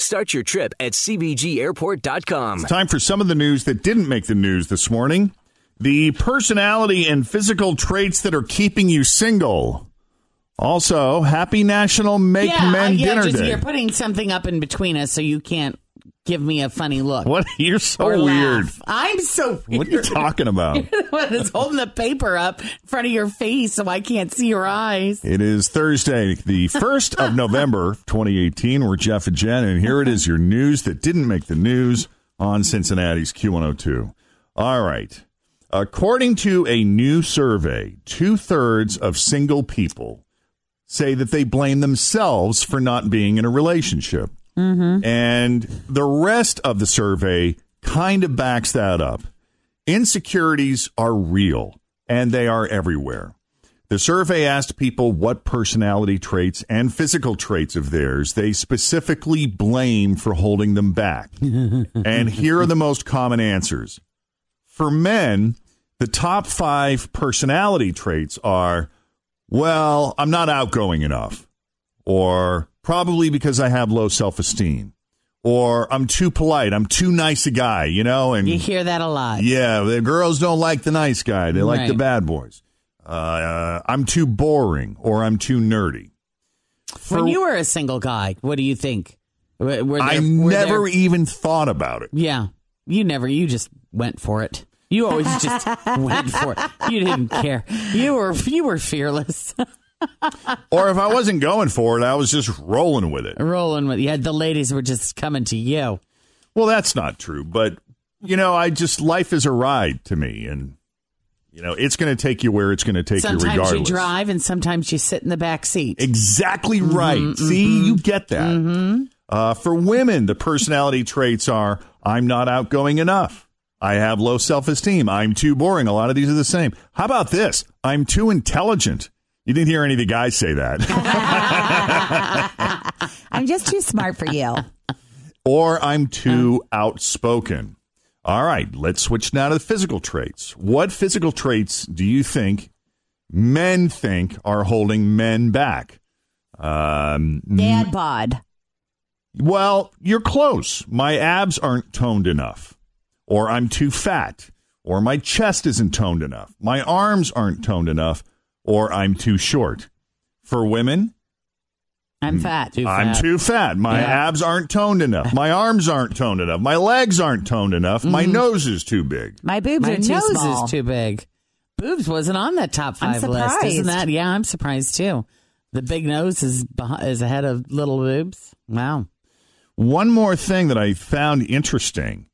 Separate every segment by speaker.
Speaker 1: Start your trip at CBGAirport.com.
Speaker 2: Time for some of the news that didn't make the news this morning. The personality and physical traits that are keeping you single. Also, happy National Make
Speaker 3: yeah, uh,
Speaker 2: Men
Speaker 3: yeah,
Speaker 2: Dinner
Speaker 3: just,
Speaker 2: Day.
Speaker 3: You're putting something up in between us so you can't give me a funny look.
Speaker 2: what? You're so
Speaker 3: or
Speaker 2: weird.
Speaker 3: laugh. I'm so weird.
Speaker 2: What are you talking about?
Speaker 3: One is holding the paper up in front of your face so I can't see your eyes.
Speaker 2: It is Thursday, the 1st of November, 2018. We're Jeff and Jen, and here it is your news that didn't make the news on Cincinnati's Q102. All right. According to a new survey, two thirds of single people say that they blame themselves for not being in a relationship. Mm-hmm. And the rest of the survey kind of backs that up. Insecurities are real, and they are everywhere. The survey asked people what personality traits and physical traits of theirs they specifically blame for holding them back. and here are the most common answers. For men, the top five personality traits are well, I'm not outgoing enough, or probably because I have low self esteem, or I'm too polite, I'm too nice a guy, you know, and
Speaker 3: You hear that a lot.
Speaker 2: yeah, the girls don't like the nice guy. They like the
Speaker 3: Right.
Speaker 2: bad boys. Uh, Uh, I'm too boring or I'm too nerdy.
Speaker 3: when
Speaker 2: for-
Speaker 3: you were a single guy, what do you think? Were, were there-
Speaker 2: I
Speaker 3: were there-
Speaker 2: never e- even thought about it.
Speaker 3: yeah, you never. You just went for it. You always just went for it. You didn't care. You were you were fearless,
Speaker 2: Or if I wasn't going for it, I was just rolling with it.
Speaker 3: rolling with. Yeah, the ladies were just coming to you.
Speaker 2: Well, that's not true, but you know, I just life is a ride to me, and you know, it's going to take you where it's going to take you,
Speaker 3: sometimes
Speaker 2: regardless.
Speaker 3: you drive, and sometimes you sit in the back seat.
Speaker 2: Exactly right. See, you get that. Uh, for women, the personality traits are I'm not outgoing enough. I have low self esteem. I'm too boring. A lot of these are the same. How about this? I'm too intelligent. You didn't hear any of the guys say that.
Speaker 4: I'm just too smart for you.
Speaker 2: or I'm too outspoken. All right, let's switch now to the physical traits. What physical traits do you think men think are holding men back? Um,
Speaker 4: Dad bod.
Speaker 2: Well, you're close. My abs aren't toned enough, or I'm too fat, or my chest isn't toned enough, my arms aren't toned enough, or I'm too short. For women,
Speaker 3: I'm fat.
Speaker 2: I'm Mm. too fat. My
Speaker 3: Yeah.
Speaker 2: abs aren't toned enough. My arms aren't toned enough. My legs aren't toned enough. My
Speaker 3: Mm-hmm.
Speaker 2: nose is too big.
Speaker 4: My boobs
Speaker 3: My
Speaker 4: are
Speaker 3: nose
Speaker 4: too small.
Speaker 3: is too big. Boobs wasn't on that top
Speaker 4: I'm
Speaker 3: five list, isn't
Speaker 4: surprised.
Speaker 3: that? Yeah, I'm surprised too. The big nose is beh is ahead of little boobs. Wow.
Speaker 2: One more thing that I found interesting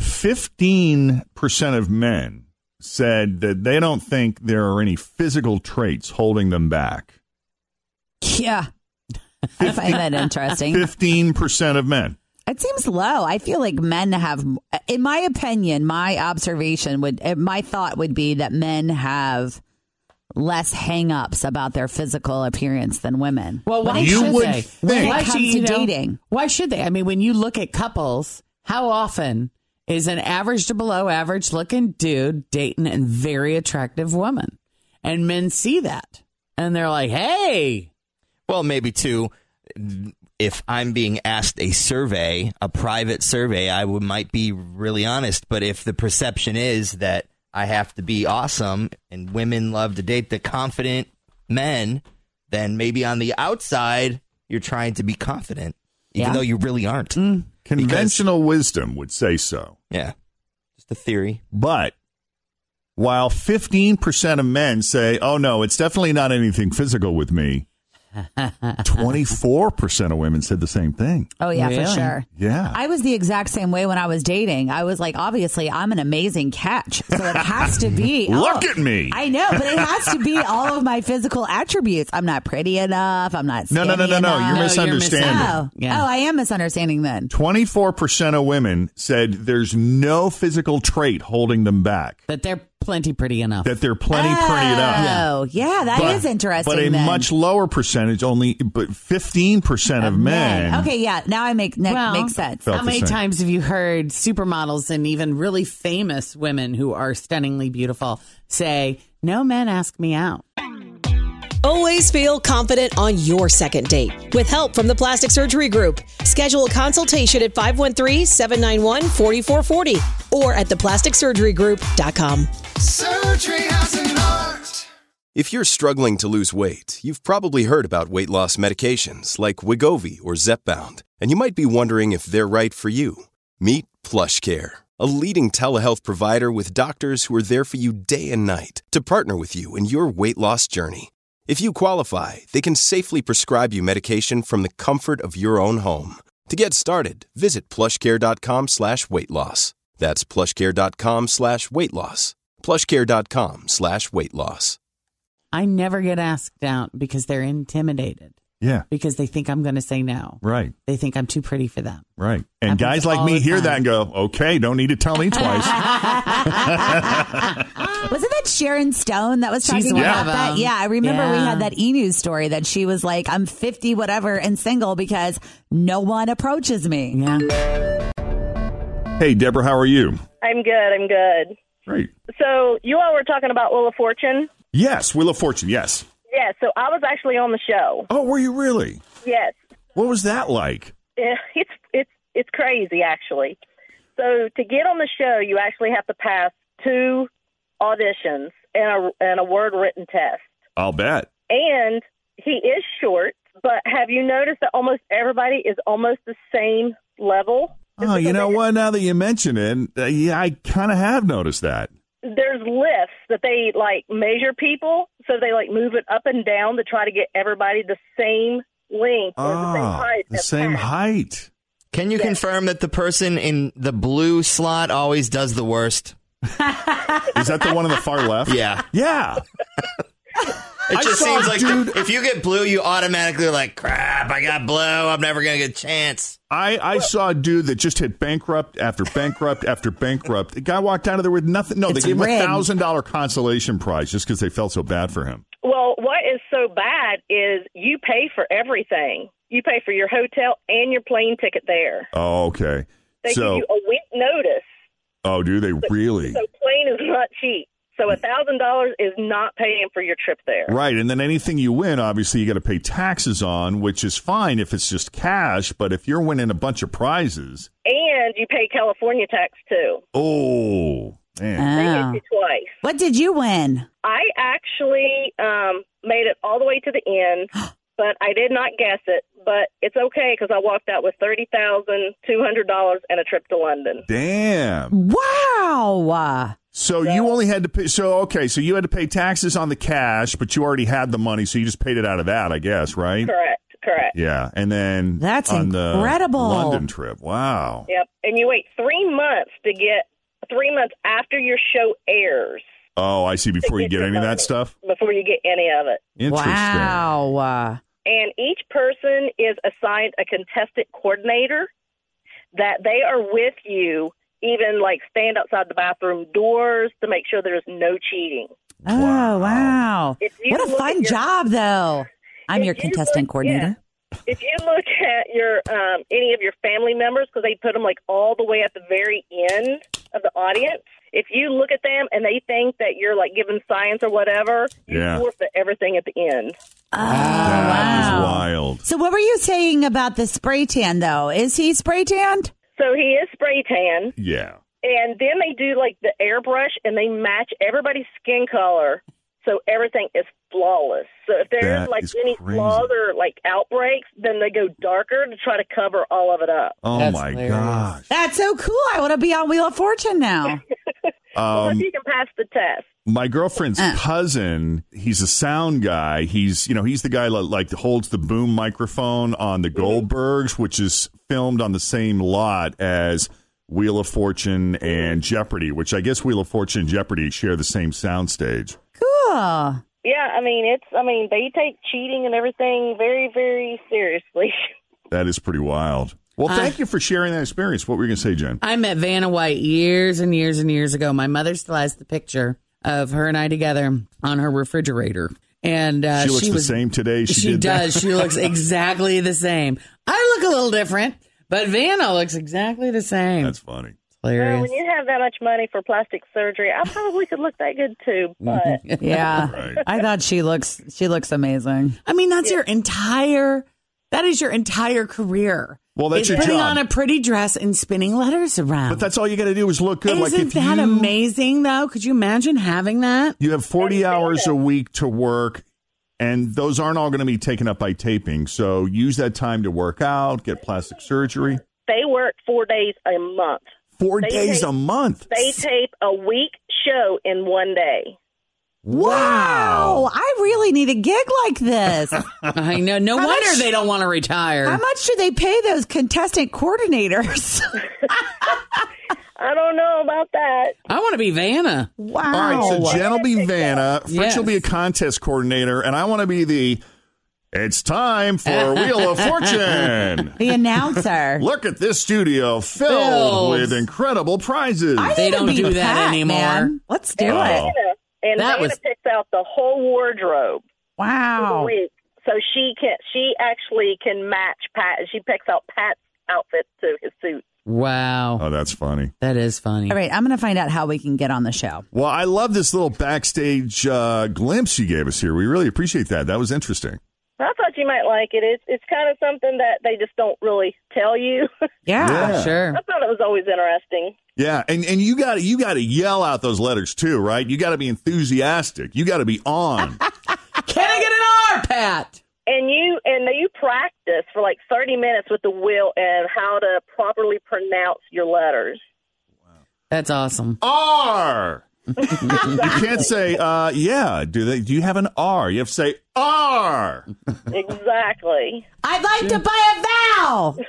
Speaker 2: 15% of men said that they don't think there are any physical traits holding them back.
Speaker 4: Yeah. I find that interesting.
Speaker 2: Fifteen percent of men.
Speaker 4: It seems low. I feel like men have, in my opinion, my observation would, uh, my thought would be that men have less hang-ups about their physical appearance than women.
Speaker 3: Well, why
Speaker 2: You
Speaker 3: should
Speaker 2: would
Speaker 3: they?
Speaker 2: think- When it
Speaker 3: why
Speaker 4: comes
Speaker 3: should you
Speaker 4: to
Speaker 3: know,
Speaker 4: dating.
Speaker 3: Why should they? I mean, when you look at couples, how often is an average to below average looking dude dating a very attractive woman? And men see that and they're like, "Hey,
Speaker 5: Well, maybe too. If I'm being asked a survey, a private survey, I would, might be really honest. But if the perception is that I have to be awesome and women love to date the confident men, then maybe on the outside you're trying to be confident, even
Speaker 4: Yeah.
Speaker 5: though you really aren't.
Speaker 2: Mm. Conventional wisdom would say so.
Speaker 5: Yeah. Just a theory.
Speaker 2: But while 15% of men say, oh no, it's definitely not anything physical with me, 24% of women said the same thing.
Speaker 4: Oh yeah, for
Speaker 3: Really?
Speaker 4: sure.
Speaker 2: Yeah.
Speaker 4: I was the exact same way when I was dating. I was like, obviously, I'm an amazing catch, so it has to be.
Speaker 2: Look
Speaker 4: oh,
Speaker 2: at me.
Speaker 4: I know, but it has to be all of my physical attributes. I'm not pretty enough. I'm not.
Speaker 2: no, no, no, no,
Speaker 4: skinny
Speaker 2: no.
Speaker 4: enough.
Speaker 2: You're
Speaker 3: you're
Speaker 2: misunderstanding.
Speaker 4: Oh,
Speaker 3: misunderstanding. Yeah.
Speaker 4: oh, I am misunderstanding then.
Speaker 2: 24% of women said there's no physical trait holding them back,
Speaker 3: But they're plenty pretty enough.
Speaker 2: that they're plenty pretty enough.
Speaker 4: Oh, yeah, that is
Speaker 2: But-
Speaker 4: interesting.
Speaker 2: But a
Speaker 4: then.
Speaker 2: much lower percentage, only but 15% of men.
Speaker 4: Okay, yeah. Now I make that
Speaker 3: Well,
Speaker 4: makes sense.
Speaker 2: felt
Speaker 3: How
Speaker 2: the
Speaker 3: many
Speaker 2: same.
Speaker 3: times have you heard supermodels and even really famous women who are stunningly beautiful say, No men ask me out?
Speaker 6: Always feel confident on your second date. With help from the Plastic Surgery Group, schedule a consultation at 513-791-4440 or at theplasticsurgerygroup.com.
Speaker 7: If you're struggling to lose weight, you've probably heard about weight loss medications like Wigovi or Zepbound, and you might be wondering if they're right for you. Meet PlushCare, a leading telehealth provider with doctors who are there for you day and night to partner with you in your weight loss journey. If you qualify, they can safely prescribe you medication from the comfort of your own home. To get started, visit plushcare.com slash weight loss. That's plushcare.com slash weight loss. plushcare.com slash weight loss.
Speaker 3: I never get asked out because they're intimidated,
Speaker 2: Yeah,
Speaker 3: because they think I'm going to say no.
Speaker 2: right.
Speaker 3: They think I'm too pretty for them.
Speaker 2: Right. And
Speaker 3: Happens
Speaker 2: guys like
Speaker 3: all
Speaker 2: me
Speaker 3: the
Speaker 2: hear that
Speaker 3: time.
Speaker 2: and go, okay, don't need to tell me twice.
Speaker 4: Wasn't that Sharon Stone that was talking
Speaker 3: She's one
Speaker 4: about
Speaker 2: of
Speaker 4: that?
Speaker 3: them.
Speaker 4: Yeah, I remember we
Speaker 3: Yeah.
Speaker 4: had that E News story that she was like, "I'm 50, whatever, and single because no one approaches me."
Speaker 3: Yeah.
Speaker 2: hey, Deborah, how are you?
Speaker 8: I'm good. I'm good.
Speaker 2: Great.
Speaker 8: So you all were talking about Wheel of Fortune.
Speaker 2: Yes, Wheel of Fortune. Yes.
Speaker 8: Yeah. So I was actually on the show.
Speaker 2: Oh, were you really?
Speaker 8: Yes.
Speaker 2: What was that like?
Speaker 8: Yeah, It's it's it's crazy actually. So to get on the show, you actually have to pass two auditions and a and a word written test.
Speaker 2: I'll bet.
Speaker 8: And he is short, but have you noticed that almost everybody is almost the same level?
Speaker 2: Oh, you know what? Now that you mention it, uh, yeah, I kind of have noticed that.
Speaker 8: there's lifts that they like measure people, so they like move it up and down to try to get everybody the same length or the same
Speaker 2: Ah,
Speaker 8: height.
Speaker 2: the
Speaker 8: as
Speaker 2: same
Speaker 8: Pat.
Speaker 2: height.
Speaker 5: Can you confirm that the person in the blue slot always does the worst?
Speaker 2: Is that the one on the far left?
Speaker 5: Yeah.
Speaker 2: Yeah.
Speaker 5: It
Speaker 2: I
Speaker 5: just
Speaker 2: saw
Speaker 5: seems
Speaker 2: a
Speaker 5: like
Speaker 2: dude-
Speaker 5: the- if you get blue, you automatically are like, crap, I got blue. I'm never going to get a chance.
Speaker 2: I, I saw a dude that just hit bankrupt after bankrupt after bankrupt. The guy walked out of there with nothing. No,
Speaker 4: It's
Speaker 2: they gave him a
Speaker 4: rigged.
Speaker 2: thousand dollar consolation prize just because they felt so bad for him.
Speaker 8: Well, what is so bad is you pay for everything. You pay for your hotel and your plane ticket there.
Speaker 2: Oh, okay.
Speaker 8: They
Speaker 2: so,
Speaker 8: give you a week notice,
Speaker 2: oh, do they really?
Speaker 8: so plane is not cheap. So a thousand dollars is not paying for your trip there.
Speaker 2: Right, and then anything you win, obviously, you got to pay taxes on, which is fine if it's just cash. But if you're winning a bunch of prizes,
Speaker 8: And you pay California tax too.
Speaker 2: oh man,
Speaker 8: They
Speaker 4: Oh.
Speaker 3: Ah.
Speaker 8: hit you twice.
Speaker 4: What did you win?
Speaker 8: I actually um, made it all the way to the end, but I did not guess it. But it's okay because I walked out with thirty thousand two hundred dollars and a trip to
Speaker 5: Uh.
Speaker 8: London.
Speaker 2: damn!
Speaker 4: Wow.
Speaker 2: So you only had to pay. So okay, so you had to pay taxes on the cash, but you already had the money, so you just paid it out of that, I guess, right?
Speaker 8: Correct, correct.
Speaker 2: Yeah, and then
Speaker 4: That's
Speaker 2: on
Speaker 4: incredible.
Speaker 2: The London trip. Wow.
Speaker 8: Yep. And you wait three months to get three months after your show airs
Speaker 2: Oh, I see. Before you get any of that stuff,
Speaker 8: before you get any of it.
Speaker 2: interesting.
Speaker 4: Wow.
Speaker 8: And each person is assigned a contestant coordinator that they are with you. Even like stand outside the bathroom doors to make sure there's no cheating.
Speaker 4: Oh, wow.
Speaker 8: If you
Speaker 4: What a
Speaker 8: look at
Speaker 4: fun
Speaker 8: your-
Speaker 4: job, though. I'm
Speaker 8: If
Speaker 4: your
Speaker 8: you
Speaker 4: contestant
Speaker 8: look-
Speaker 4: coordinator.
Speaker 8: yeah. If you look at your um, any of your family members, because they put them like all the way at the very end of the audience, if you look at them and they think that you're like giving science or whatever, you
Speaker 2: Yeah.
Speaker 8: forfeit everything at the end.
Speaker 2: That
Speaker 3: Oh,
Speaker 2: is
Speaker 4: wow.
Speaker 2: wild.
Speaker 4: So, what were you saying about the spray tan, though? Is he spray tanned?
Speaker 8: So he is spray tan,
Speaker 2: Yeah.
Speaker 8: and then they do like the airbrush and they match everybody's skin color, so everything is flawless. So if there's
Speaker 2: That
Speaker 8: like
Speaker 2: is
Speaker 8: any
Speaker 2: crazy.
Speaker 8: flaws or like outbreaks, then they go darker to try to cover all of it up.
Speaker 2: Oh
Speaker 3: That's
Speaker 2: my
Speaker 3: hilarious.
Speaker 2: gosh.
Speaker 4: That's so cool. I want to be on Wheel of Fortune now.
Speaker 8: Unless
Speaker 2: Um,
Speaker 8: you can pass the test.
Speaker 2: my girlfriend's
Speaker 4: Uh.
Speaker 2: cousin, he's a sound guy. He's, you know, he's the guy that like holds the boom microphone on
Speaker 3: Mm-hmm.
Speaker 2: the Goldbergs, which is filmed on the same lot as Wheel of Fortune and Jeopardy, which I guess Wheel of Fortune and Jeopardy share the same soundstage.
Speaker 4: Cool.
Speaker 8: Yeah, I mean it's. I mean they take cheating and everything very, very seriously.
Speaker 2: That is pretty wild. Well,
Speaker 3: Uh.
Speaker 2: thank you for sharing that experience. What were you going to say, Jen?
Speaker 3: I met Vanna White years and years and years ago. My mother still has the picture of her and I together on her refrigerator. And uh,
Speaker 2: she looks the
Speaker 3: was,
Speaker 2: same today. She,
Speaker 3: She,
Speaker 2: did that.
Speaker 3: does. She looks exactly the same. I look a little different, but Vanna looks exactly the same.
Speaker 2: That's funny.
Speaker 8: Well,
Speaker 3: hilarious.
Speaker 8: when you have that much money for plastic surgery, I probably could look that good too.
Speaker 2: Mm-hmm.
Speaker 8: But
Speaker 4: Yeah.
Speaker 2: Right.
Speaker 4: I thought she looks she looks amazing.
Speaker 3: I mean, that's your entire. That is your entire career.
Speaker 2: Well, that's
Speaker 3: is
Speaker 2: your
Speaker 3: putting
Speaker 2: job.
Speaker 3: on a pretty dress and spinning letters around.
Speaker 2: But that's all you got to do is look good.
Speaker 3: Isn't
Speaker 2: like if
Speaker 3: that
Speaker 2: you,
Speaker 3: amazing though? Could you imagine having that?
Speaker 2: You have 40 hours a week to work, and those aren't all going to be taken up by taping. So use that time to work out, get plastic surgery.
Speaker 8: they work four days a month.
Speaker 2: Four
Speaker 8: They
Speaker 2: days
Speaker 8: take-
Speaker 2: a month.
Speaker 8: They tape a week show in one day.
Speaker 2: wow.
Speaker 4: Wow. I really need a gig like this.
Speaker 3: I know. No
Speaker 4: How
Speaker 3: wonder
Speaker 4: much-
Speaker 3: they don't want to retire.
Speaker 4: How much do they pay those contestant coordinators?
Speaker 8: I don't know about that.
Speaker 3: I want to be Vanna.
Speaker 4: wow.
Speaker 2: All right, so Jen will be Vanna. French
Speaker 3: Yes.
Speaker 2: will be a contest coordinator, and I want to be the. It's time for Wheel of Fortune.
Speaker 4: the announcer.
Speaker 2: Look at this studio filled
Speaker 3: Filled.
Speaker 2: with incredible prizes.
Speaker 4: I
Speaker 3: They
Speaker 4: need to
Speaker 3: don't
Speaker 4: be
Speaker 3: do that
Speaker 4: Pat,
Speaker 3: anymore.
Speaker 4: man. Let's do
Speaker 2: Wow.
Speaker 4: it.
Speaker 8: And
Speaker 3: That
Speaker 8: Dana
Speaker 3: was-
Speaker 8: picks out the whole wardrobe for the
Speaker 4: Wow.
Speaker 8: week, so she can she actually can match Pat. She picks out Pat's outfit to his suit.
Speaker 3: Wow.
Speaker 2: Oh, that's funny.
Speaker 3: That is funny.
Speaker 4: All right, I'm going to find out how we can get on the show.
Speaker 2: Well, I love this little backstage uh, glimpse you gave us here. We really appreciate that. That was interesting.
Speaker 8: I thought you might like it. It's it's kind of something that they just don't really tell you. I
Speaker 4: Yeah.
Speaker 2: Yeah.
Speaker 3: Sure.
Speaker 8: thought it was always interesting.
Speaker 2: Yeah, and and you got to you got to yell out those letters too, right? You got to be enthusiastic. You got to be on.
Speaker 3: Can I get an R, Pat?
Speaker 8: And you and you practice for like thirty minutes with the wheel and how to properly pronounce your letters.
Speaker 3: That's awesome.
Speaker 2: R. you can't say uh yeah. Do they? Do you have an R? You have to say R.
Speaker 8: Exactly.
Speaker 4: I'd like to buy a vowel.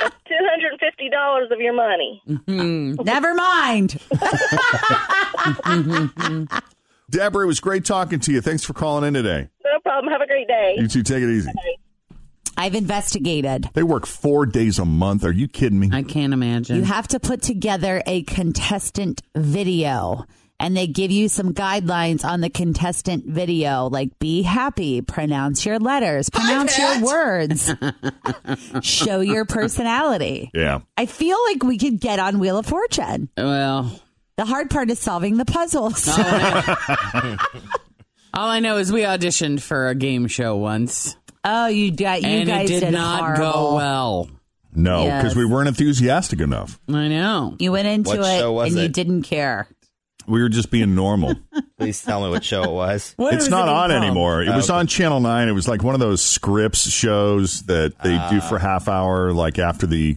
Speaker 8: Two hundred and fifty dollars of your money.
Speaker 4: Never mind.
Speaker 2: Deborah, it was great talking to you. Thanks for calling in today.
Speaker 8: No problem. Have a great day.
Speaker 2: You two, take it easy.
Speaker 4: I've investigated.
Speaker 2: They work four days a month. Are you kidding me?
Speaker 3: I can't imagine.
Speaker 4: You have to put together a contestant video, and they give you some guidelines on the contestant video, like be happy, pronounce your letters, pronounce your words, show your personality.
Speaker 2: Yeah.
Speaker 4: I feel like we could get on Wheel of Fortune.
Speaker 3: well,
Speaker 4: The hard part is solving the puzzles.
Speaker 3: all I know is we auditioned for a game show once,
Speaker 4: oh, you, got, you
Speaker 3: and it
Speaker 4: guys
Speaker 3: did,
Speaker 4: did,
Speaker 3: not
Speaker 4: horrible.
Speaker 3: go well.
Speaker 2: No,
Speaker 4: Yes.
Speaker 2: because we weren't enthusiastic enough.
Speaker 3: I know.
Speaker 4: You went into
Speaker 5: What show
Speaker 4: it
Speaker 5: was
Speaker 4: and you
Speaker 5: it?
Speaker 4: didn't care.
Speaker 2: We were just being normal.
Speaker 5: Please tell me what show it was.
Speaker 3: What
Speaker 2: it's
Speaker 3: was
Speaker 2: not
Speaker 3: it
Speaker 2: on
Speaker 3: called?
Speaker 2: anymore. It
Speaker 5: Oh,
Speaker 2: was
Speaker 5: okay.
Speaker 2: on Channel 9. It was like one of those scripts shows that they
Speaker 5: Ah.
Speaker 2: do for half hour like after the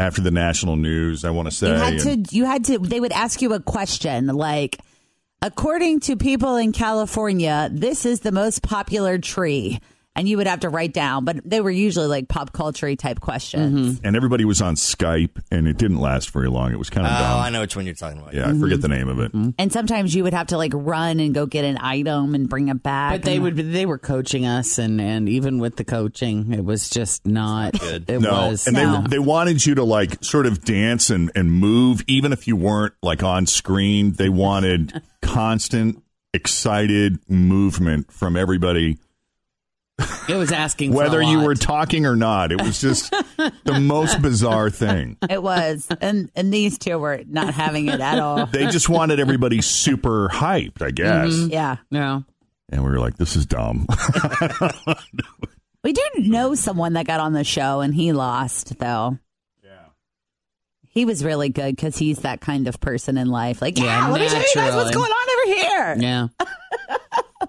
Speaker 2: after the national news, I want to say.
Speaker 4: You had
Speaker 2: And-
Speaker 4: to. You had to. They would ask you a question like, according to people in California, this is the most popular tree, and you would have to write down. But they were usually like pop culture type questions.
Speaker 2: and everybody was on Skype and it didn't last very long. It was kind
Speaker 5: Oh,
Speaker 2: of
Speaker 5: I
Speaker 2: dumb.
Speaker 5: know Mm-hmm. which one you're talking about.
Speaker 2: Yeah, I forget the name of it.
Speaker 4: And sometimes you would have to like run and go get an item and bring it back.
Speaker 3: But they
Speaker 4: And-
Speaker 3: would. They were coaching us, and and even with the coaching, it was just not.
Speaker 5: good.
Speaker 3: It
Speaker 2: no,
Speaker 3: was.
Speaker 2: and
Speaker 4: No.
Speaker 2: they they wanted you to like sort of dance and and move even if you weren't like on screen. They wanted constant excited movement from everybody
Speaker 3: it was asking for a
Speaker 2: whether you
Speaker 3: lot.
Speaker 2: were talking or not. It was just the most bizarre thing.
Speaker 4: It was, and and these two were not having it at all.
Speaker 2: They just wanted everybody super hyped, I guess.
Speaker 3: Mm-hmm.
Speaker 4: Yeah,
Speaker 3: No.
Speaker 2: And we were like, this is dumb.
Speaker 4: we do know someone that got on the show and he lost though. He was really good because he's that kind of person in life. Like, yeah,
Speaker 3: Yeah,
Speaker 4: let me show you guys what's
Speaker 3: naturally.
Speaker 4: going on over here.
Speaker 3: Yeah.